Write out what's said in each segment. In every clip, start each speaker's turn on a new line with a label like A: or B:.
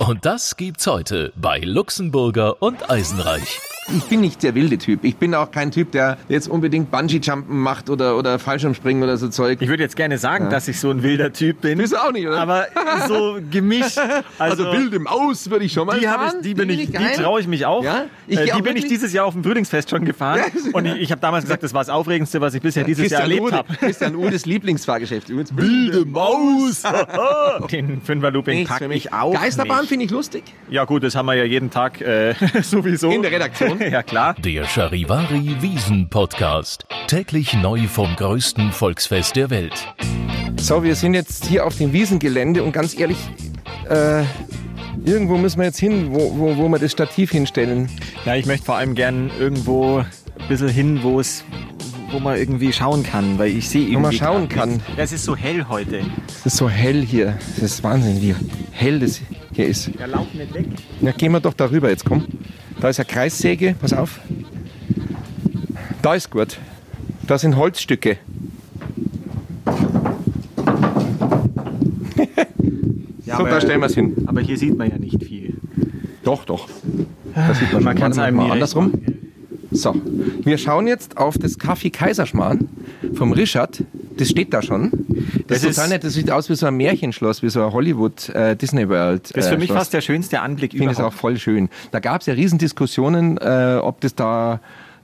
A: Und das gibt's heute bei Luxemburger und Eisenreich.
B: Ich bin nicht der wilde Typ. Ich bin auch kein Typ, der jetzt unbedingt Bungee-Jumpen macht oder, oder Fallschirmspringen oder so Zeug.
C: Ich würde jetzt gerne sagen, dass ich so ein wilder Typ bin.
B: Bist du auch nicht, oder?
C: Aber so gemischt. Also,
B: also wild im Aus würde ich schon mal
C: die, hab
B: fahren.
C: ich, die, bin ich, die
B: geil.
C: traue ich mich auch.
B: Ja? Ich
C: äh,
B: geh
C: die
B: auch
C: bin ich
B: wirklich-
C: dieses Jahr auf dem Frühlingsfest schon gefahren.
B: Ja, ist-
C: Und ich, ich habe damals gesagt, das war das Aufregendste, was ich bisher dieses Jahr
B: Christian
C: erlebt
B: Ude,
C: habe.
B: Christian Udes Lieblingsfahrgeschäft übrigens.
C: Wilde Maus! Den Fünfer-Looping
B: Nichts
C: packe
B: für mich.
C: ich auch
B: Geisterbahn
C: nicht.
B: finde ich lustig.
C: Ja gut, das haben wir ja jeden Tag äh, sowieso.
B: In der Redaktion.
C: ja klar.
A: Der Charivari Wiesen Podcast. Täglich neu vom größten Volksfest der Welt.
B: So, wir sind jetzt hier auf dem Wiesengelände und ganz ehrlich, äh, irgendwo müssen wir jetzt hin, wo, wo, wo wir das Stativ hinstellen.
C: Ja, ich möchte vor allem gern irgendwo ein bisschen hin, wo es wo man irgendwie schauen kann, weil ich sehe irgendwie
B: man schauen
C: grad
B: kann.
C: nichts. Ja, Es ist so hell heute.
B: Es ist so hell hier. Es ist Wahnsinn, wie hell das hier ist.
C: Ja, lauf nicht weg.
B: Na, gehen wir doch darüber jetzt, komm. Da ist eine Kreissäge, pass auf. Da ist gut. Da sind Holzstücke.
C: Ja,
B: so, da stellen wir es hin.
C: Aber hier sieht man ja nicht viel.
B: Doch, doch. Das sieht man,
C: Man
B: schon.
C: kann's
B: Warte
C: einem
B: mal
C: nie
B: andersrum. So, wir schauen jetzt auf das Kaffee Kaiserschmarrn vom Richard. Das steht da schon. Das,
C: Das
B: ist total
C: ist-
B: nett. Das sieht aus wie so ein Märchenschloss, wie so ein Hollywood äh, Disney World.
C: Das ist für
B: äh,
C: mich
B: Schloss.
C: fast der schönste Anblick
B: Ich finde es auch
C: überhaupt.
B: voll schön. Da gab es ja Riesendiskussionen, äh, ob das da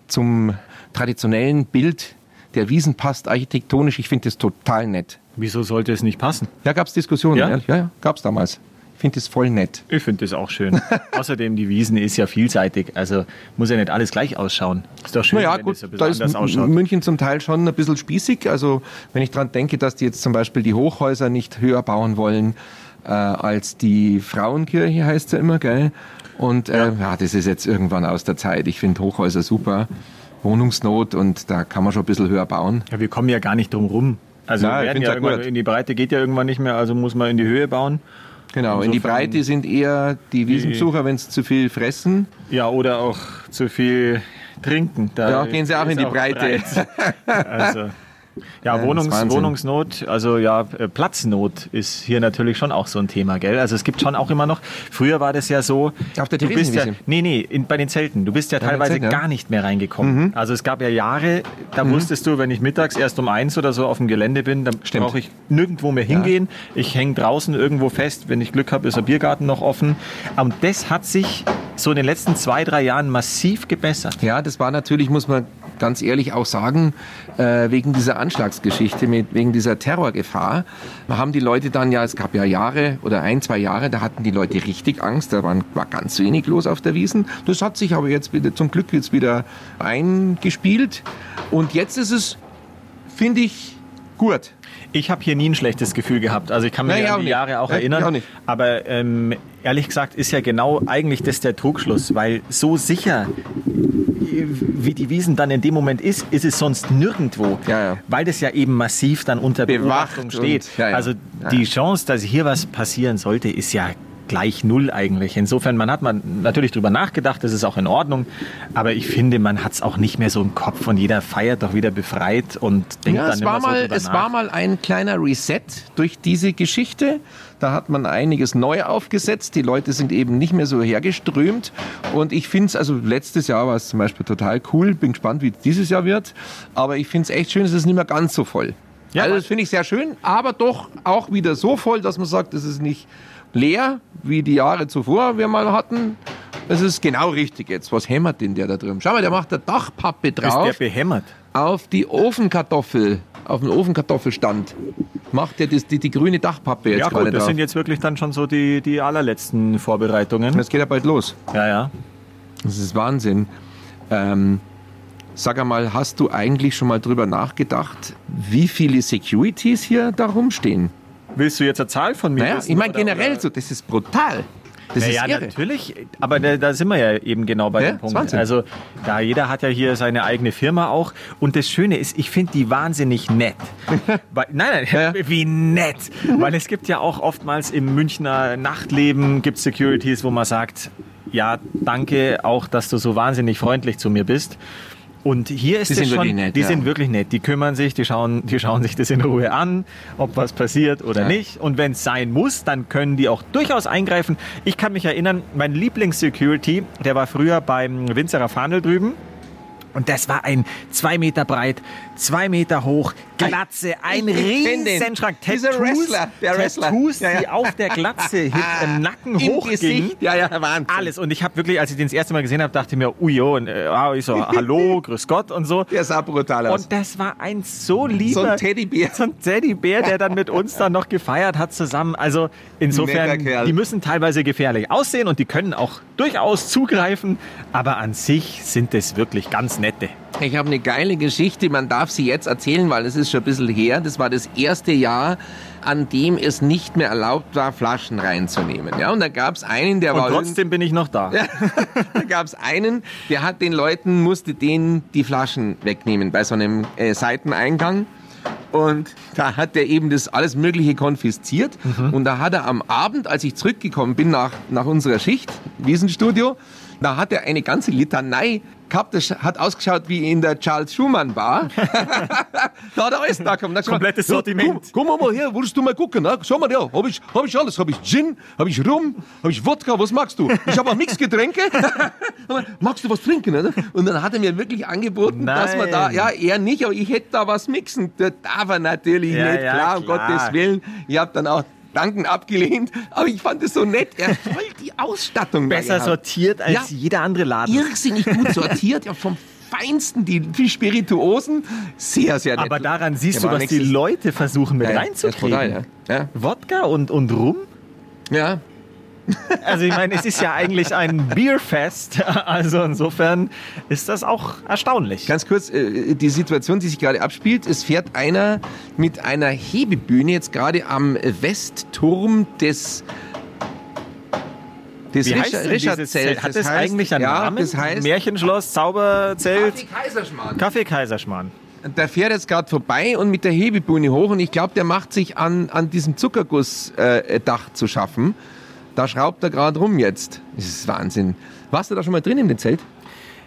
B: zum traditionellen Bild der Wiesen passt, architektonisch. Ich finde das total nett.
C: Wieso sollte es nicht passen?
B: Da gab es Diskussionen,
C: Ja?
B: ehrlich. Ja, ja gab es damals. Ich finde das voll nett.
C: Ich finde das auch schön. Außerdem, die Wiesen ist ja vielseitig. Also muss ja nicht alles gleich ausschauen. Ist doch schön,
B: Naja,
C: wenn
B: gut,
C: es ein
B: da
C: bisschen
B: ist
C: anders ausschaut.
B: M- München zum Teil schon ein bisschen spießig. Also, wenn ich dran denke, dass die jetzt zum Beispiel die Hochhäuser nicht höher bauen wollen äh, als die Frauenkirche, heißt ja immer, gell? Und äh, ja. das ist jetzt irgendwann aus der Zeit. Ich finde Hochhäuser super. Wohnungsnot und da kann man schon ein bisschen höher bauen.
C: Ja, wir kommen ja gar nicht drum rum. Also
B: Ja,
C: wir
B: ich
C: werden
B: find's
C: ja
B: ja
C: irgendwann
B: gut.
C: in die Breite geht ja irgendwann nicht mehr, also muss man in die Höhe bauen.
B: Genau, in die
C: Insofern-
B: Breite sind eher die Wiesenbesucher, wenn sie zu viel fressen.
C: Ja, oder auch zu viel trinken. Da
B: Ja, gehen sie auch
C: ist
B: in die Breite.
C: breit. Also, ja,
B: ist
C: Wohnungs
B: Wahnsinn.
C: Wohnungsnot, also ja, äh, Platznot ist hier natürlich schon auch so ein Thema, gell? Also es gibt schon auch immer noch, früher war das ja so,
B: Auf der
C: du bist ja,
B: Theresienwiese.
C: nee, nee, in, bei den Zelten, du bist ja
B: den
C: teilweise
B: Zelten, ja. Mhm.
C: gar nicht mehr reingekommen. Also es gab ja Jahre, da wusstest du, wenn ich mittags erst um eins oder so auf dem Gelände bin, dann
B: Stimmt.
C: brauche ich nirgendwo mehr hingehen. Ich hänge draußen irgendwo fest. Wenn ich Glück habe, ist der Biergarten noch offen. Und das hat sich so in den letzten zwei, drei Jahren massiv gebessert.
B: Ja, das war natürlich, muss man ganz ehrlich auch sagen, äh, wegen dieser Anschlagsgeschichte, mit, wegen dieser Terrorgefahr, haben die Leute dann ja, es gab ja Jahre oder ein, zwei Jahre, da hatten die Leute richtig Angst, da waren, war ganz wenig los auf der Wiesen. Das hat sich aber jetzt wieder, zum Glück jetzt wieder eingespielt und jetzt ist es, finde ich, gut.
C: Ich habe hier nie ein schlechtes Gefühl gehabt. Also ich kann mich
B: Nee, ich
C: an
B: auch
C: die
B: nicht.
C: Jahre auch
B: Ja, ich
C: erinnern.
B: auch nicht.
C: Aber ähm, ehrlich gesagt ist ja genau eigentlich das der Trugschluss, weil so sicher äh, wie die Wiesen dann in dem Moment ist, ist es sonst nirgendwo,
B: Ja, ja.
C: weil das ja eben massiv dann unter
B: Bewacht
C: Beobachtung
B: und-
C: steht.
B: ja, ja.
C: Also
B: Ja,
C: die
B: ja.
C: Chance, dass hier was passieren sollte, ist ja gleich null eigentlich. Insofern, man hat man natürlich drüber nachgedacht, das ist auch in Ordnung, aber ich finde, man hat es auch nicht mehr so im Kopf und jeder feiert doch wieder befreit und denkt
B: Ja,
C: dann
B: es
C: immer
B: war,
C: so
B: mal,
C: drüber
B: es
C: nach.
B: war mal ein kleiner Reset durch diese Geschichte. Da hat man einiges neu aufgesetzt. Die Leute sind eben nicht mehr so hergeströmt. Und ich finde es, also letztes Jahr war es zum Beispiel total cool. Bin gespannt, wie es dieses Jahr wird. Aber ich finde es echt schön, es ist nicht mehr ganz so voll.
C: Ja,
B: also
C: aber-
B: das finde ich sehr schön, aber doch auch wieder so voll, dass man sagt, es ist nicht leer, wie die Jahre zuvor wir mal hatten. Es ist genau richtig jetzt. Was hämmert denn der da drüben? Schau mal, der macht da Dachpappe
C: ist
B: drauf
C: der behämmert.
B: auf die Ofenkartoffel, auf den Ofenkartoffelstand, macht er das, die, die grüne Dachpappe jetzt
C: Ja
B: gerade
C: gut, das
B: drauf.
C: sind jetzt wirklich dann schon so die, die allerletzten Vorbereitungen.
B: das geht ja bald los.
C: Ja, ja.
B: Das ist Wahnsinn. Ähm, sag einmal, hast du eigentlich schon mal drüber nachgedacht, wie viele Securities hier da rumstehen?
C: Willst du jetzt eine Zahl von mir
B: Naja,
C: wissen,
B: ich meine
C: oder-
B: generell
C: oder-
B: so, das ist brutal. Das
C: Naja,
B: ist irre.
C: natürlich, aber da, da sind wir ja eben genau bei
B: Ja,
C: dem Punkt.
B: ist Wahnsinn.
C: Also da jeder hat ja hier seine eigene Firma auch und das Schöne ist, ich finde die wahnsinnig nett. Weil, nein, nein, wie nett, weil es gibt ja auch oftmals im Münchner Nachtleben gibt Securities, wo man sagt, ja, danke auch, dass du so wahnsinnig freundlich zu mir bist. Und hier ist
B: Die
C: es
B: sind
C: schon,
B: wirklich nett,
C: die
B: ja.
C: sind wirklich nett. Die kümmern sich, die schauen, die schauen sich das in Ruhe an, ob was passiert oder
B: Ja.
C: nicht. Und wenn es sein muss, dann können die auch durchaus eingreifen. Ich kann mich erinnern, mein Lieblings-Security, der war früher beim Winzerer Fahnel drüben. Und das war ein zwei Meter breit, zwei Meter hoch, Glatze, ein
B: ich kenn den.
C: Riesenschrank.
B: Dieser Wrestler, der Wrestler.
C: Tattoos,
B: Ja, ja.
C: die auf der Glatze hin- im Nacken hochgingen.
B: Ja, ja, Wahnsinn.
C: Alles. Und ich habe wirklich, als ich den das erste Mal gesehen habe, dachte ich mir, ujo, und äh, ah, ich so, hallo, grüß Gott und so.
B: Der sah brutal aus.
C: Und das war ein so lieber
B: So ein Teddybär.
C: so ein Teddybär, der dann mit uns dann noch gefeiert hat zusammen. Also
B: Netter
C: insofern,
B: Kerl.
C: die müssen teilweise gefährlich aussehen und die können auch durchaus zugreifen, aber an sich sind es wirklich ganz nette.
B: Ich habe eine geile Geschichte, man darf sie jetzt erzählen, weil es ist schon ein bisschen her. Das war das erste Jahr, an dem es nicht mehr erlaubt war, Flaschen reinzunehmen. Ja, und da gab es einen, der
C: Und
B: war
C: trotzdem bin ich noch da.
B: da gab es einen, der hat den Leuten, musste denen die Flaschen wegnehmen bei so einem äh, Seiteneingang. Und da hat er eben das alles Mögliche konfisziert.
C: Mhm.
B: Und da hat er am Abend, als ich zurückgekommen bin nach, nach unserer Schicht, Wiesenstudio, da hat er eine ganze Litanei gehabt. Das hat ausgeschaut wie in der Charles Schumann Bar. da hat er alles da gehabt.
C: Komplettes Sortiment.
B: Komm mal her, willst du mal gucken? Ne? Schau mal her, habe ich, hab ich alles. Habe ich Gin, habe ich Rum, habe ich Wodka, was magst du? Ich habe auch Mixgetränke. Aber magst du was trinken? Ne? Und dann hat er mir wirklich angeboten, dass man da,
C: Nein.
B: ja, er nicht, aber ich hätte da was mixen. Das darf er natürlich
C: Ja,
B: nicht,
C: ja,
B: klar, um
C: klar.
B: Gottes Willen. Ich habe dann auch Danken Oh, abgelehnt, aber ich fand es so nett. Er hat voll die Ausstattung da
C: Besser
B: gehabt.
C: sortiert als
B: Ja.
C: jeder andere Laden.
B: Irrsinnig gut sortiert, ja, vom Feinsten, die, die Spirituosen. Sehr, sehr nett.
C: Aber daran
B: Der
C: siehst du,
B: war
C: was die
B: nächstes-
C: Leute versuchen mit
B: Ja, ja,
C: reinzukriegen.
B: total, ja. Ja.
C: Wodka und, und Rum?
B: Ja,
C: Also ich meine, es ist ja eigentlich ein Bierfest. Also insofern ist das auch erstaunlich.
B: Ganz kurz, äh, die Situation, die sich gerade abspielt, es fährt einer mit einer Hebebühne jetzt gerade am Westturm des des
C: Wie
B: Risch-
C: heißt denn dieses
B: Richardzelt.
C: Zelt? Hat das eigentlich einen
B: ja,
C: Namen?
B: Das heißt
C: Märchenschloss, Zauberzelt,
B: Kaiserschmarrn.
C: Kaffee Kaiserschmarrn.
B: Der fährt jetzt gerade vorbei und mit der Hebebühne hoch und ich glaube, der macht sich an, an diesem Zuckergussdach äh, Dach zu schaffen. Da schraubt er gerade rum jetzt. Das ist Wahnsinn. Warst du da schon mal drin in dem Zelt?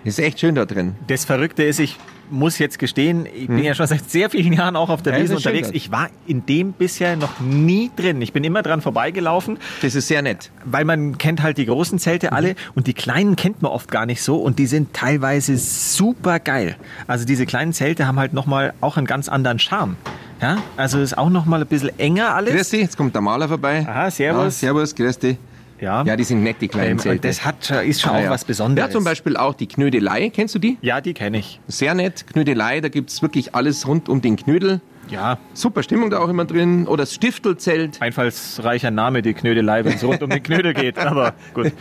B: Ist echt schön da drin.
C: Das Verrückte ist, ich muss jetzt gestehen, ich bin ja schon seit sehr vielen Jahren auch auf der
B: Hm. Ja,
C: Wiese
B: das ist schön
C: unterwegs.
B: dort.
C: Ich war in dem bisher noch nie drin. Ich bin immer dran vorbeigelaufen,
B: Das ist sehr nett.
C: weil man kennt halt die großen
B: Mhm.
C: Zelte alle und die kleinen kennt man oft gar nicht so und die sind teilweise super geil. Also diese kleinen Zelte haben halt nochmal auch einen ganz anderen Charme. Ja, also ist auch nochmal ein bisschen enger alles.
B: Grüß dich, jetzt kommt der Maler vorbei.
C: Aha, servus.
B: Ja, servus, grüß dich.
C: Ja.
B: Ja, die sind nett, die kleinen
C: ähm,
B: Zelte.
C: und das hat, ist schon
B: Ah,
C: auch
B: ja.
C: was Besonderes.
B: Ja, zum Beispiel auch die Knödelei, kennst du die?
C: Ja, die kenne ich.
B: Sehr nett, Knödelei, da gibt's wirklich alles rund um den Knödel.
C: Ja,
B: Super Stimmung da auch immer drin. Oder das Stiftelzelt,
C: einfallsreicher Name, die Knödelei, wenn es rund um den Knödel geht. Aber gut.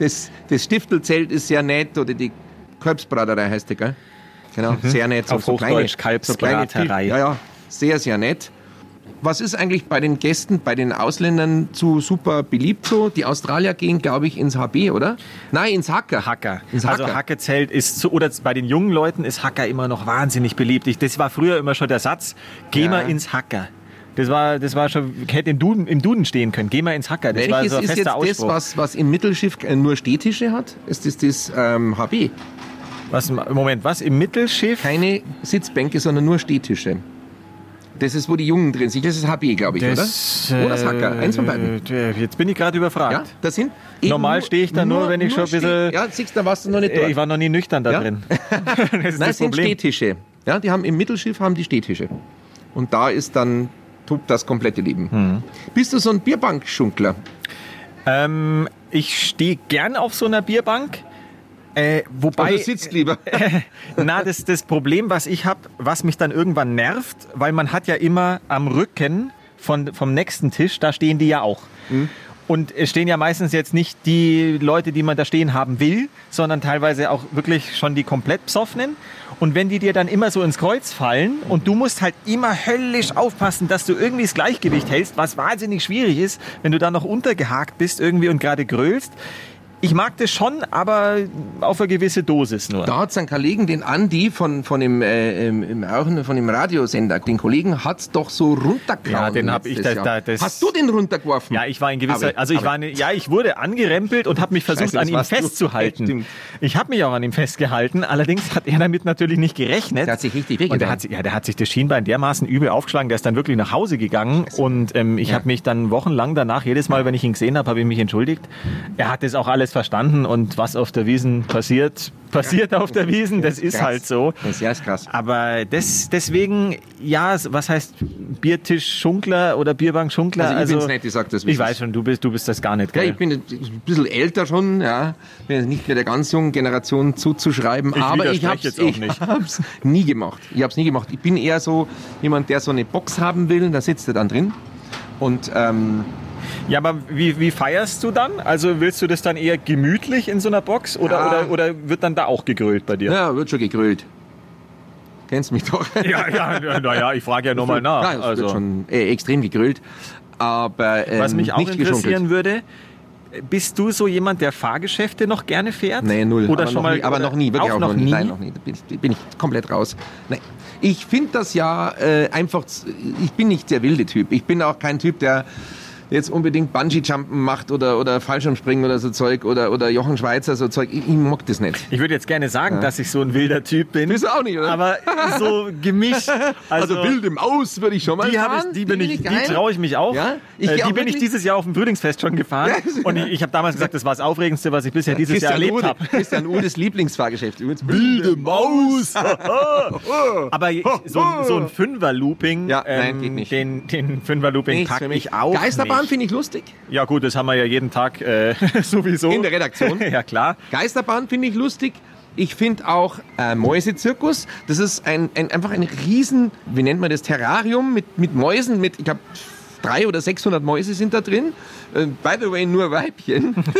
B: das, das Stiftelzelt ist sehr nett. Oder die Kalbsbraterei heißt die, gell? Genau, sehr nett.
C: Mhm. Auf Hochdeutsch, Kalbsbraterei.
B: Ja, ja, sehr, sehr nett. Was ist eigentlich bei den Gästen, bei den Ausländern zu super beliebt so? Die Australier gehen, glaube ich, ins HB, oder? Nein, ins Hacker.
C: Hacker.
B: Ins Hacker.
C: Also Hackezelt ist zu, oder bei den jungen Leuten ist Hacker immer noch wahnsinnig beliebt. Ich, das war früher immer schon der Satz, geh
B: Ja.
C: mal ins Hacker. Das war, das war schon, hätte im Duden, im Duden stehen können, geh mal ins Hacker. Das war
B: Welches
C: so ein
B: ist jetzt
C: fester Ausspruch.
B: das, was, was im Mittelschiff äh, nur Stehtische hat? Ist das das ähm, HB?
C: was, Moment, was? Im Mittelschiff?
B: Keine Sitzbänke, sondern nur Stehtische. Das ist, wo die Jungen drin sind. Das ist HB, glaube ich, oder?
C: äh,
B: Oder das Hacker, eins von beiden.
C: äh, Jetzt bin ich gerade
B: Ja,
C: überfragt.
B: da sind eben
C: Normal
B: nur-
C: stehe ich da nur, wenn ich schon ein bisschen-
B: Steh- Ja, siehst du, da warst du noch nicht
C: Äh,
B: dort.
C: Ich war noch nie nüchtern da
B: Ja.
C: drin. das ist
B: Nein,
C: das
B: es sind
C: Problem.
B: Stehtische. Ja, die haben im Mittelschiff haben die Stehtische. Und da ist dann tobt das komplette Leben.
C: Hm.
B: Bist du so ein Bierbankschunkler?
C: Ähm, ich stehe gern auf so einer Bierbank. Äh, wobei,
B: Oder Also sitzt lieber?
C: na, das, das Problem, was ich habe, was mich dann irgendwann nervt, weil man hat ja immer am Rücken von, vom nächsten Tisch, da stehen die ja auch. Und es stehen ja meistens jetzt nicht die Leute, die man da stehen haben will, sondern teilweise auch wirklich schon die komplett Psoffenen. Und wenn die dir dann immer so ins Kreuz fallen und du musst halt immer höllisch aufpassen, dass du irgendwie das Gleichgewicht hältst, was wahnsinnig schwierig ist, wenn du da noch untergehakt bist irgendwie und gerade grölst, Ich mag das schon, aber auf eine gewisse Dosis nur.
B: Da hat's einen Kollegen, den Andi von, von dem, äh, im, im, Aachen, von dem Radiosender, den Kollegen hat's doch so runtergehauen.
C: Ja, den hab ich
B: letztes
C: da-
B: Jahr.
C: da- das-
B: Hast du den runtergeworfen?
C: Ja, ich war in gewisser,
B: Aber-
C: also ich
B: aber-
C: war, in, ja, ich wurde angerempelt und habe mich versucht,
B: Scheiße,
C: an
B: das
C: ihm
B: warst du.
C: festzuhalten.
B: Stimmt.
C: Ich habe mich auch an ihm festgehalten. Allerdings hat er damit natürlich nicht gerechnet.
B: Der hat sich richtig
C: und der
B: wehgetan.
C: hat, sich- ja, der hat sich das Schienbein dermaßen übel aufgeschlagen. Der ist dann wirklich nach Hause gegangen und ähm, ich hab habe mich dann wochenlang danach jedes Mal, wenn ich ihn gesehen habe, habe ich mich entschuldigt. Er hat das auch alles verstanden und was auf der Wiesen passiert, passiert auf der Wiesen. Das ist
B: Krass.
C: halt so.
B: Das ist ja ist krass.
C: Aber das, deswegen, ja, s- was heißt Biertisch-Schunkler oder Bierbank-Schunkler?
B: Also ich bin's nicht, ich sag das, wie
C: Ich
B: es
C: weiß
B: ist.
C: schon, du bist, du bist das gar nicht,
B: Ja,
C: gell?
B: ich bin jetzt ein bisschen älter schon, ja. Bin jetzt nicht mehr der ganz jungen Generation zuzuschreiben, aber ich
C: widerspreche
B: hab's,
C: jetzt auch
B: ich
C: nicht.
B: hab's nie gemacht. Ich hab's nie gemacht. Ich bin eher so jemand, der so eine Box haben will, da sitzt er dann drin. Und ähm,
C: ja, aber wie, wie feierst du dann? Also willst du das dann eher gemütlich in so einer Box oder,
B: Ja.
C: oder, oder wird dann da auch gegrillt bei dir?
B: ja, wird schon gegrillt. Kennst mich doch.
C: Ja, ja, ja naja, ich frage ja nur mal nach.
B: Nein, es
C: also,
B: wird schon äh, extrem gegrillt. Aber ähm,
C: was mich auch
B: nicht
C: interessieren
B: geschunkelt.
C: würde, bist du so jemand, der Fahrgeschäfte noch gerne fährt?
B: Nee, null.
C: Oder
B: aber
C: schon
B: noch
C: mal,
B: nie, aber
C: oder
B: noch nie, wirklich
C: auch, noch nie.
B: Nein, noch nie. Da bin, ich- bin ich komplett raus. Nein. Ich finde das ja äh, einfach, z- ich bin nicht der wilde Typ. Ich bin auch kein Typ, der jetzt unbedingt Bungee-Jumpen macht oder, oder Fallschirmspringen oder so Zeug oder, oder Jochen Schweizer so Zeug. Ich, ich mag das nicht.
C: Ich würde jetzt gerne sagen, dass ich so ein wilder Typ bin.
B: Bist du auch nicht, oder?
C: Aber so gemischt. Also,
B: im Aus würde ich schon
C: Die, hab
B: fahren.
C: ich, die, bin ich, die
B: geil.
C: traue ich mich auch.
B: Ja? Ich
C: äh,
B: geh
C: die
B: auch
C: bin ich
B: wirklich-
C: dieses Jahr auf dem Frühlingsfest schon gefahren. Und ich, ich habe damals gesagt, das war das Aufregendste, was ich bisher dieses Jahr erlebt
B: Ude,
C: habe.
B: Christian Udes Lieblingsfahrgeschäft. Übrigens, wilde Maus.
C: Aber ich- so, ein- so ein Fünfer-Looping, ähm,
B: Ja, nein, geht nicht.
C: den, den Fünfer-Looping
B: Nichts
C: packe
B: für mich.
C: ich auch
B: Geisterbahn
C: nicht.
B: finde ich lustig.
C: Ja gut, das haben wir ja jeden Tag äh, sowieso.
B: In der Redaktion.
C: ja klar.
B: Geisterbahn finde ich lustig. Ich finde auch äh, Mäusezirkus. Das ist ein, ein, einfach ein riesen, wie nennt man das, Terrarium mit, mit Mäusen. Mit, ich glaube, drei oder 600 Mäuse sind da drin. Äh, by the way, nur Weibchen.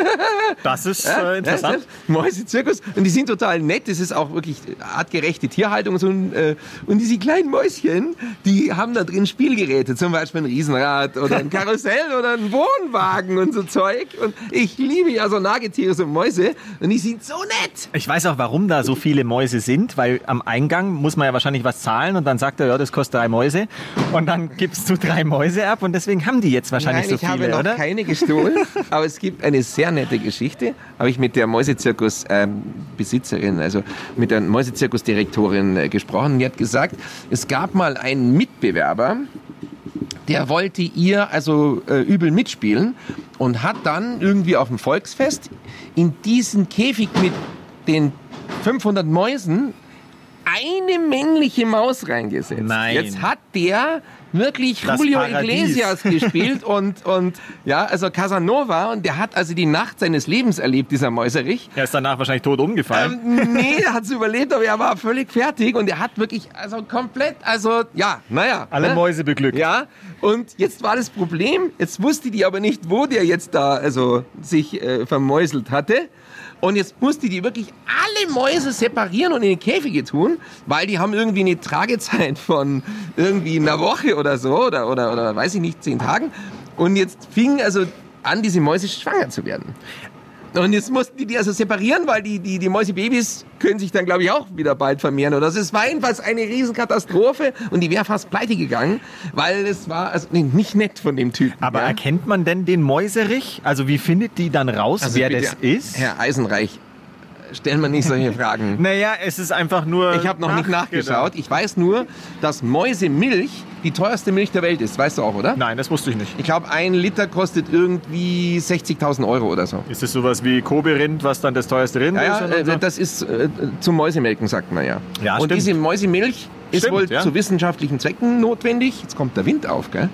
C: Das ist äh, interessant.
B: Mäusezirkus. Und die sind total nett. Das ist auch wirklich artgerechte Tierhaltung. Und, so. Und, äh, und diese kleinen Mäuschen, die haben da drin Spielgeräte. Zum Beispiel ein Riesenrad oder ein Karussell oder ein Wohnwagen und so Zeug. Und ich liebe ja so Nagetiere, so Mäuse. Und die sind so nett.
C: Ich weiß auch, warum da so viele Mäuse sind, weil am Eingang muss man ja wahrscheinlich was zahlen und dann sagt er, ja, das kostet drei Mäuse und dann gibst du drei Mäuse ab und deswegen haben die jetzt wahrscheinlich
B: Nein,
C: so
B: ich
C: viele,
B: habe noch
C: oder?
B: keine gestohlen, aber es gibt eine sehr nette Geschichte, habe ich mit der Mäusezirkus-Besitzerin, also mit der Mäusezirkus-Direktorin äh, gesprochen. Die hat gesagt, es gab mal einen Mitbewerber, der wollte ihr also äh, übel mitspielen und hat dann irgendwie auf dem Volksfest in diesen Käfig mit den 500 Mäusen eine männliche Maus reingesetzt.
C: Nein.
B: Jetzt hat der wirklich
C: Das
B: Julio
C: Paradies.
B: Iglesias gespielt und, und ja, also Casanova und der hat also die Nacht seines Lebens erlebt, dieser Mäuserich.
C: Er ist danach wahrscheinlich tot umgefallen.
B: Ähm, nee, er hat's überlebt, aber er war völlig fertig und er hat wirklich, also komplett, also ja, naja. ne?
C: Alle Mäuse beglückt.
B: Ja, und jetzt war das Problem, jetzt wusste die aber nicht, wo der jetzt da also sich äh, vermäuselt hatte. Und jetzt musste die wirklich alle Mäuse separieren und in die Käfige tun, weil die haben irgendwie eine Tragezeit von irgendwie einer Woche oder so oder, oder, oder weiß ich nicht, zehn Tagen. Und jetzt fingen also an, diese Mäuse schwanger zu werden. Und jetzt mussten die die also separieren, weil die, die, die Mäusebabys können sich dann, glaube ich, auch wieder bald vermehren. Oder so. es war jedenfalls eine Riesenkatastrophe und die wäre fast pleite gegangen, weil es war also nee, nicht nett von dem Typen.
C: Aber
B: ja.
C: erkennt man denn den Mäuserich? Also wie findet die dann raus,
B: Also
C: wer
B: bitte,
C: das ist?
B: Herr Eisenreich, stellen wir nicht solche Fragen.
C: Naja, es ist einfach nur.
B: Ich habe noch
C: Genau.
B: nicht nachgeschaut. Ich weiß nur, dass Mäusemilch die teuerste Milch der Welt ist. Weißt du auch, oder?
C: Nein, das wusste ich nicht.
B: Ich glaube, ein Liter kostet irgendwie 60.000 Euro oder so.
C: Ist es sowas wie Kobe-Rind, was dann das teuerste Rind
B: Ja, ja,
C: ist? und
B: äh,
C: so?
B: das ist äh, zum Mäusemelken, sagt man ja.
C: Ja,
B: und
C: stimmt.
B: diese Mäusemilch ist
C: Stimmt,
B: wohl
C: ja.
B: zu wissenschaftlichen Zwecken notwendig. Jetzt kommt der Wind auf, gell?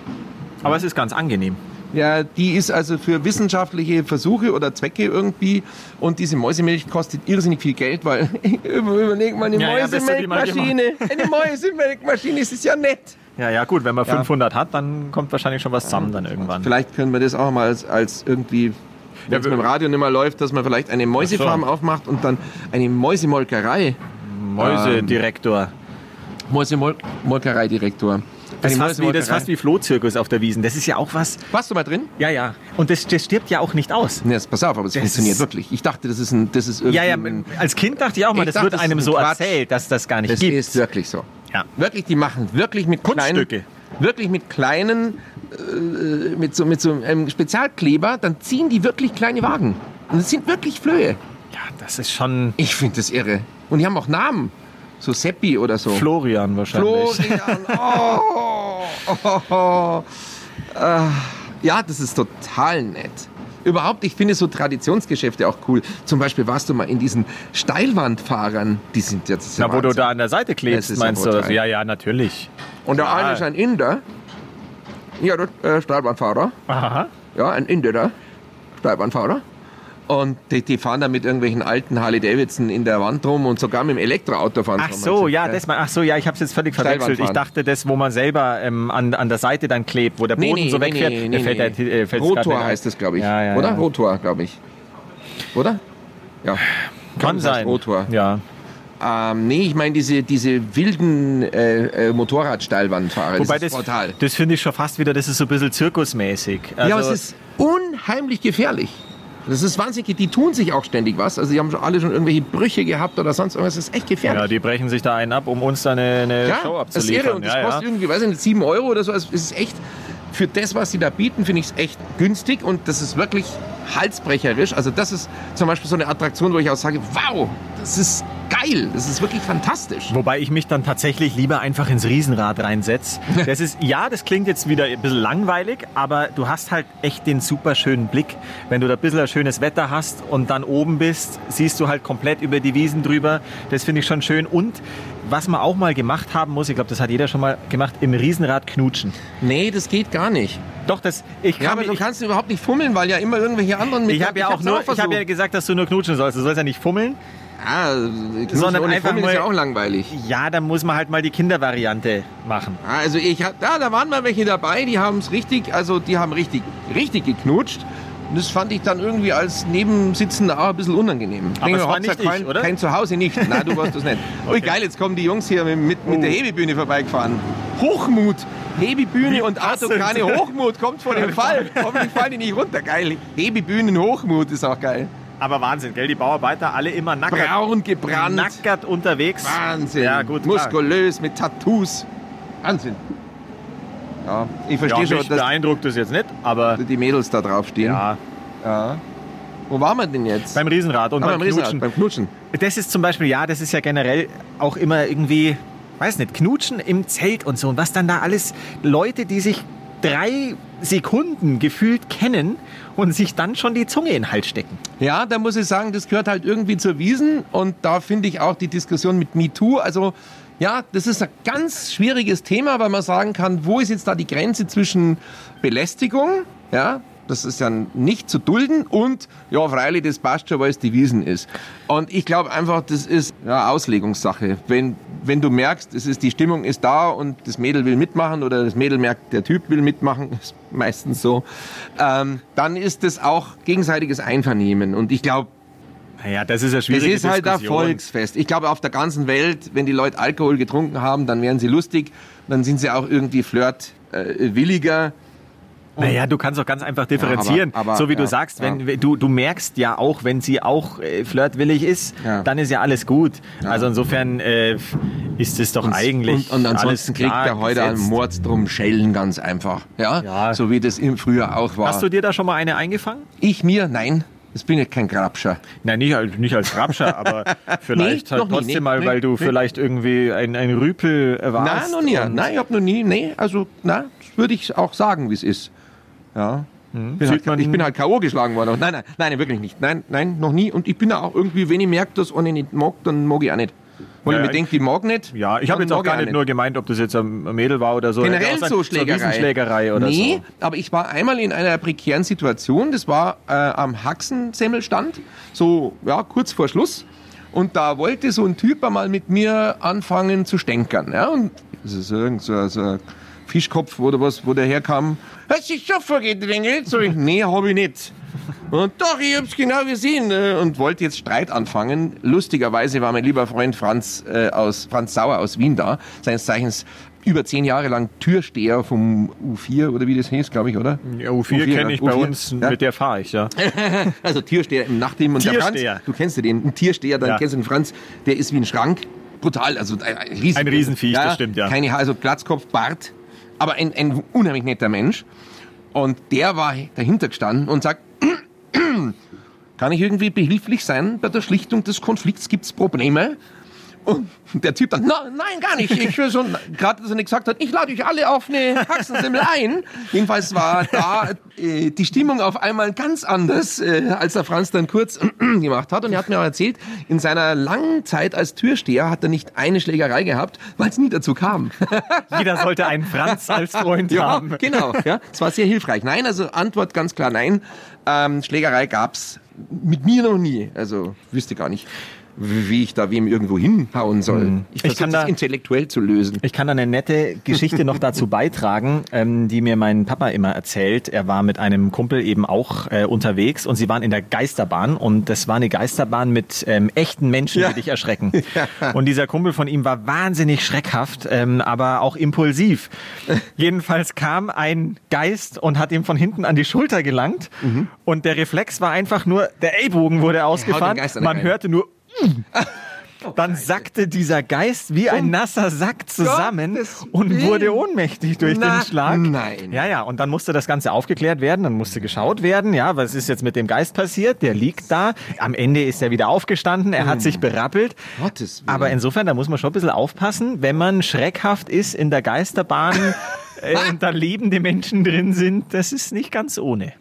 C: Aber es ist ganz angenehm.
B: Ja, die ist also für wissenschaftliche Versuche oder Zwecke irgendwie. Und diese Mäusemilch kostet irrsinnig viel Geld, weil über- überleg mal, eine
C: Ja, ja, besser die mal
B: Mäusemelkmaschine. eine Mäusemelkmaschine, es ist ja nett.
C: Ja, ja, gut, wenn man
B: Ja.
C: 500 hat, dann kommt wahrscheinlich schon was zusammen dann irgendwann.
B: Vielleicht können wir das auch mal als, als irgendwie, wenn es
C: wir-
B: mit dem Radio nicht mehr läuft, dass man vielleicht eine Mäusefarm aufmacht und dann eine Mäusemolkerei. Ähm,
C: Mäusedirektor.
B: Mäusemolkereidirektor.
C: Das ist
B: Animals
C: fast wie, das ist fast wie Flohzirkus auf der Wiesen. Das ist ja auch was.
B: Warst du mal drin?
C: Ja, ja. Und das, das stirbt ja auch nicht aus.
B: Nee, jetzt pass auf, aber es
C: Das
B: funktioniert
C: ist-
B: wirklich. Ich dachte, das ist ein, das ist irgendwie
C: Ja, ja,
B: ein,
C: als Kind dachte ich auch mal,
B: Mhm. Ich
C: das
B: dachte,
C: wird
B: das ist
C: einem
B: ein
C: so
B: Quatsch.
C: erzählt, dass das gar nicht
B: das
C: gibt.
B: ist wirklich so.
C: Ja.
B: Wirklich, die machen wirklich mit kleinen,
C: Kunststücke.
B: wirklich mit kleinen, äh, mit so mit so einem Spezialkleber, dann ziehen die wirklich kleine Wagen. Und es sind wirklich Flöhe.
C: ja, das ist schon
B: Ich finde das irre. Und die haben auch Namen, so Seppi oder so.
C: Florian wahrscheinlich.
B: Florian. Oh, oh, oh. Ah, ja, das ist total nett. Überhaupt, ich finde so Traditionsgeschäfte auch cool. Zum Beispiel warst du mal in diesen Steilwandfahrern, die sind jetzt
C: Na, wo du da an der Seite
B: Das
C: klebst,
B: ist ja
C: meinst du? oder so?
B: brutal.
C: Ja, ja, natürlich.
B: Und der
C: Klar.
B: eine ist ein Inder. Ja, der äh, Steilbahnfahrer.
C: Aha.
B: Ja, ein Inder, Steilbahnfahrer. Und die, die fahren da mit irgendwelchen alten Harley Davidson in der Wand rum und sogar mit dem Elektroauto fahren.
C: Ach
B: sie.
C: so, ja, das mal. Ach so, ja, ich habe es jetzt völlig
B: Steilwand
C: verwechselt.
B: fahren.
C: Ich dachte, das, wo man selber ähm, an, an der Seite dann klebt, wo der
B: Nee,
C: Boden
B: nee,
C: so
B: nee,
C: wegfährt.
B: nee,
C: der
B: nee,
C: fällt
B: nee.
C: der- äh, fällt's grad
B: Rotor
C: nicht ein.
B: heißt das, glaube ich.
C: Ja, ja,
B: Oder?
C: ja.
B: Rotor, glaube ich. Oder? Ja.
C: Kann
B: das heißt
C: sein.
B: Rotor.
C: Ja.
B: Ähm, nee, ich meine diese, diese wilden äh, äh, Motorradsteilwandfahrer.
C: Wobei
B: das
C: das,
B: ist brutal.
C: das finde ich schon fast wieder, das ist so ein bisschen zirkusmäßig.
B: ja, aber
C: Also-
B: es ist unheimlich gefährlich. Das ist wahnsinnig, die tun sich auch ständig was. Also die haben schon alle schon irgendwelche Brüche gehabt oder sonst irgendwas. Das ist echt gefährlich.
C: ja, die brechen sich da einen ab, um uns da eine, eine
B: Ja,
C: Show
B: das ist irre.
C: abzuliefern.
B: Und das
C: Ja,
B: kostet
C: ja.
B: irgendwie, weiß ich nicht, 7 Euro oder so. Also Es ist echt, für das, was sie da bieten, finde ich es echt günstig. Und das ist wirklich halsbrecherisch. Also das ist zum Beispiel so eine Attraktion, wo ich auch sage, wow, das ist geil. Das ist wirklich fantastisch.
C: Wobei ich mich dann tatsächlich lieber einfach ins Riesenrad reinsetze. Das ist, ja, das klingt jetzt wieder ein bisschen langweilig, aber du hast halt echt den super schönen Blick. Wenn du da ein bisschen ein schönes Wetter hast und dann oben bist, siehst du halt komplett über die Wiesen drüber. Das finde ich schon schön. Und was man auch mal gemacht haben muss, ich glaube, das hat jeder schon mal gemacht, im Riesenrad knutschen.
B: Nee, das geht gar nicht.
C: Doch, das, ich kann
B: Ja, aber
C: mich-
B: du kannst überhaupt nicht fummeln, weil ja immer irgendwelche anderen mit...
C: ich habe ja auch
B: hab's
C: nur, ich habe ja
B: versucht.
C: gesagt, dass du nur knutschen sollst. Du sollst ja nicht fummeln.
B: Ah, Knutschen
C: Sondern
B: ohne
C: einfach
B: Fummeln ist
C: mal-
B: ja auch langweilig.
C: Ja, dann muss man halt mal die Kindervariante machen.
B: Ah, Also ich hab, ja, da waren mal welche dabei, die haben es richtig, also die haben richtig, richtig geknutscht. Und das fand ich dann irgendwie als Nebensitzender auch ein bisschen unangenehm.
C: Aber es war
B: Hauptsache
C: nicht ich,
B: kein,
C: oder?
B: Kein Zuhause, nicht. Nein, du warst das nicht. Ui,
C: Okay.
B: geil, jetzt kommen die Jungs hier mit, mit, mit der
C: Oh.
B: Hebebühne vorbeigefahren. Hochmut, Hebebühne
C: Wie
B: und
C: passend.
B: Autokane Hochmut, kommt vor dem Fall. Hoffentlich fallen die nicht runter, geil. Hebebühnen Hochmut ist auch geil.
C: Aber Wahnsinn, gell? Die Bauarbeiter alle immer nackert,
B: Braun gebrannt,
C: nackert unterwegs.
B: Wahnsinn,
C: Ja, gut, klar.
B: muskulös mit Tattoos. Wahnsinn. Ja, ich
C: Ja,
B: verstehe
C: mich
B: schon, dass
C: beeindruckt das jetzt nicht, aber
B: die Mädels da draufstehen.
C: ja,
B: Ja. Wo waren wir denn jetzt?
C: beim Riesenrad und
B: Ah,
C: beim,
B: Riesenrad,
C: Knutschen.
B: beim Knutschen.
C: Das ist zum Beispiel, ja, das ist ja generell auch immer irgendwie, weiß nicht, Knutschen im Zelt und so. Und was dann da alles, Leute, die sich drei Sekunden gefühlt kennen und sich dann schon die Zunge in den Hals stecken.
B: Ja, da muss ich sagen, das gehört halt irgendwie zur Wiesen und da finde ich auch die Diskussion mit MeToo, also ja, das ist ein ganz schwieriges Thema, weil man sagen kann, wo ist jetzt da die Grenze zwischen Belästigung, ja, das ist ja nicht zu dulden und ja, freilich, das passt schon, weil es die Wiesen ist. Und ich glaube einfach, das ist ja, Auslegungssache. Wenn, wenn du merkst, es ist, die Stimmung ist da und das Mädel will mitmachen oder das Mädel merkt, der Typ will mitmachen, ist meistens so, ähm, dann ist das auch gegenseitiges Einvernehmen. Und ich glaube,
C: Naja, das ist ja
B: es
C: schwierig.
B: ist halt ein Volksfest. Ich glaube, auf der ganzen Welt, wenn die Leute Alkohol getrunken haben, dann werden sie lustig, dann sind sie auch irgendwie äh, flirtwilliger.
C: Naja, du kannst doch ganz einfach differenzieren.
B: Ja, aber- aber-
C: so wie du
B: ja,
C: sagst, wenn du, du merkst ja auch, wenn sie auch äh, flirtwillig ist,
B: Ja.
C: dann ist ja alles gut. Also insofern äh, ist es doch eigentlich.
B: Und, und ansonsten
C: alles
B: kriegt
C: klar
B: er heute einen
C: gesetzt.
B: Mords drum Schellen ganz einfach. Ja?
C: Ja.
B: So wie das im Frühjahr auch war.
C: Hast du dir da schon mal eine eingefangen?
B: ich mir? Nein. Ich bin ja kein Grabscher.
C: Nein, nicht, als- nicht als Rapscher, aber vielleicht
B: Nee,
C: halt
B: noch nie,
C: trotzdem
B: nee,
C: mal,
B: nee,
C: weil du
B: nee.
C: vielleicht irgendwie ein, ein Rüpel äh,
B: Nein,
C: warst.
B: noch nie.
C: und-
B: Nein, ich hab noch nie. Nee, also, na, würde ich auch sagen, wie es ist. Ja. Bin
C: Hm. Sieht
B: halt,
C: man-
B: ich bin halt K.O. geschlagen worden. Nein, nein, nein, wirklich nicht. Nein, nein, noch nie. Und ich bin auch irgendwie, wenn ich merke, dass einer nicht mag, dann mag ich auch nicht. Wenn
C: Ja,
B: ich
C: ja,
B: mir denke, die mag nicht.
C: Ja, ich habe
B: dann
C: jetzt auch
B: mag
C: gar nicht nur gemeint, ob das jetzt ein Mädel war oder so. Hätte
B: Generell
C: auch sein-
B: so
C: eine
B: Schlägerei.
C: Riesenschlägerei oder
B: nee,
C: so.
B: aber ich war einmal in einer prekären Situation. Das war äh, am Haxensemmelstand, so ja, kurz vor Schluss. Und da wollte so ein Typ einmal mit mir anfangen zu stänkern. Ja? Und das ist irgend so, so ein Fischkopf oder was, wo der herkam. Hast du dich schon vorgedrängelt? So ich, nee, hab ich nicht. Und doch, ich hab's genau gesehen äh, und wollte jetzt Streit anfangen. Lustigerweise war mein lieber Freund Franz äh, aus Franz Sauer aus Wien da, seines Zeichens über zehn Jahre lang Türsteher vom U4 oder wie das hieß, glaube ich, oder?
C: Ja, U4, kenne ich bei
B: U4,
C: uns,
B: ja.
C: mit der fahre ich, ja.
B: Also Türsteher im Nachthimmel und der
C: Türsteher.
B: Franz, du kennst ja den, ein Tiersteher, dann
C: Ja.
B: kennst du den Franz, der ist wie ein Schrank, brutal, also ein, ein, Riesen,
C: Ein Riesenviech, das stimmt, ja.
B: Keine Haare, also Glatzkopf, Bart, aber ein, ein unheimlich netter Mensch und der war dahinter gestanden und sagt, kann ich irgendwie behilflich sein? Bei der Schlichtung des Konflikts gibt's Probleme. Und der Typ dann, "Na, nein, gar nicht. Ich will so, gerade dass er nicht gesagt hat, ich lade euch alle auf eine Haxensemmel ein. Jedenfalls war da äh, die Stimmung auf einmal ganz anders, äh, als der Franz dann kurz gemacht hat. Und er hat mir auch erzählt, in seiner langen Zeit als Türsteher hat er nicht eine Schlägerei gehabt, weil es nie dazu kam.
C: Jeder sollte einen Franz als Freund haben.
B: Genau, ja. Es war sehr hilfreich. Nein, also Antwort ganz klar nein. Ähm, Schlägerei gab's mit mir noch nie. Also wüsste gar nicht, wie ich da wem irgendwo hinhauen soll. Ich versuche
C: Hm. kann
B: das
C: da-
B: intellektuell zu lösen.
C: Ich kann da eine nette Geschichte noch dazu beitragen, ähm, die mir mein Papa immer erzählt. Er war mit einem Kumpel eben auch äh, unterwegs und sie waren in der Geisterbahn und das war eine Geisterbahn mit ähm, echten Menschen,
B: Ja.
C: die dich erschrecken. Und dieser Kumpel von ihm war wahnsinnig schreckhaft, ähm, aber auch impulsiv. Jedenfalls kam ein Geist und hat ihm von hinten an die Schulter gelangt und der Reflex war einfach nur, der Ellbogen wurde ausgefahren,
B: Geist an Mhm. den
C: man
B: Rhein.
C: hörte nur dann sackte dieser Geist wie ein nasser Sack zusammen
B: Um Gottes
C: und
B: Willen.
C: wurde ohnmächtig durch
B: Na,
C: den Schlag.
B: nein.
C: Ja, ja, und dann musste das Ganze aufgeklärt werden, dann musste geschaut werden, ja, was ist jetzt mit dem Geist passiert? Der liegt da. Am Ende ist er wieder aufgestanden, er hat sich berappelt.
B: Hm. Gottes Willen.
C: Aber insofern, da muss man schon ein bisschen aufpassen, wenn man schreckhaft ist in der Geisterbahn äh, und da lebende Menschen drin sind, das ist nicht ganz ohne.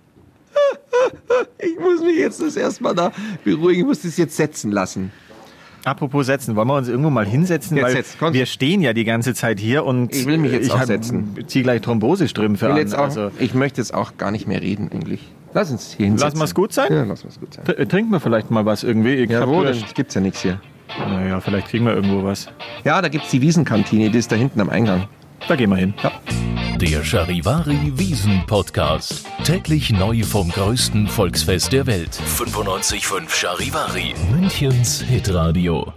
B: Ich muss mich jetzt das erstmal da beruhigen. Ich muss das jetzt setzen lassen.
C: Apropos setzen, wollen wir uns irgendwo mal hinsetzen?
B: Jetzt
C: weil
B: setz, komm.
C: wir stehen ja die ganze Zeit hier und
B: Ich will mich jetzt
C: ich
B: auch
C: hab-
B: setzen.
C: zieh gleich Thrombosestrümpfe
B: Ich,
C: an.
B: will jetzt auch,
C: also,
B: ich möchte jetzt auch gar nicht mehr reden eigentlich. Lass uns hier hinsetzen.
C: mal's gut sein?
B: Ja, lass mal's gut sein.
C: t- äh, trinken wir vielleicht mal was irgendwie. Ich
B: Ja,
C: hab
B: wo denn?
C: Durst.
B: Gibt's ja nichts hier.
C: Naja, vielleicht kriegen wir irgendwo was.
B: Ja, da gibt's die Wiesenkantine, die ist da hinten am Eingang.
C: Da gehen wir hin.
A: Der Charivari Wiesen Podcast. Täglich neu vom größten Volksfest der Welt. 95.5 Charivari. Münchens Hitradio.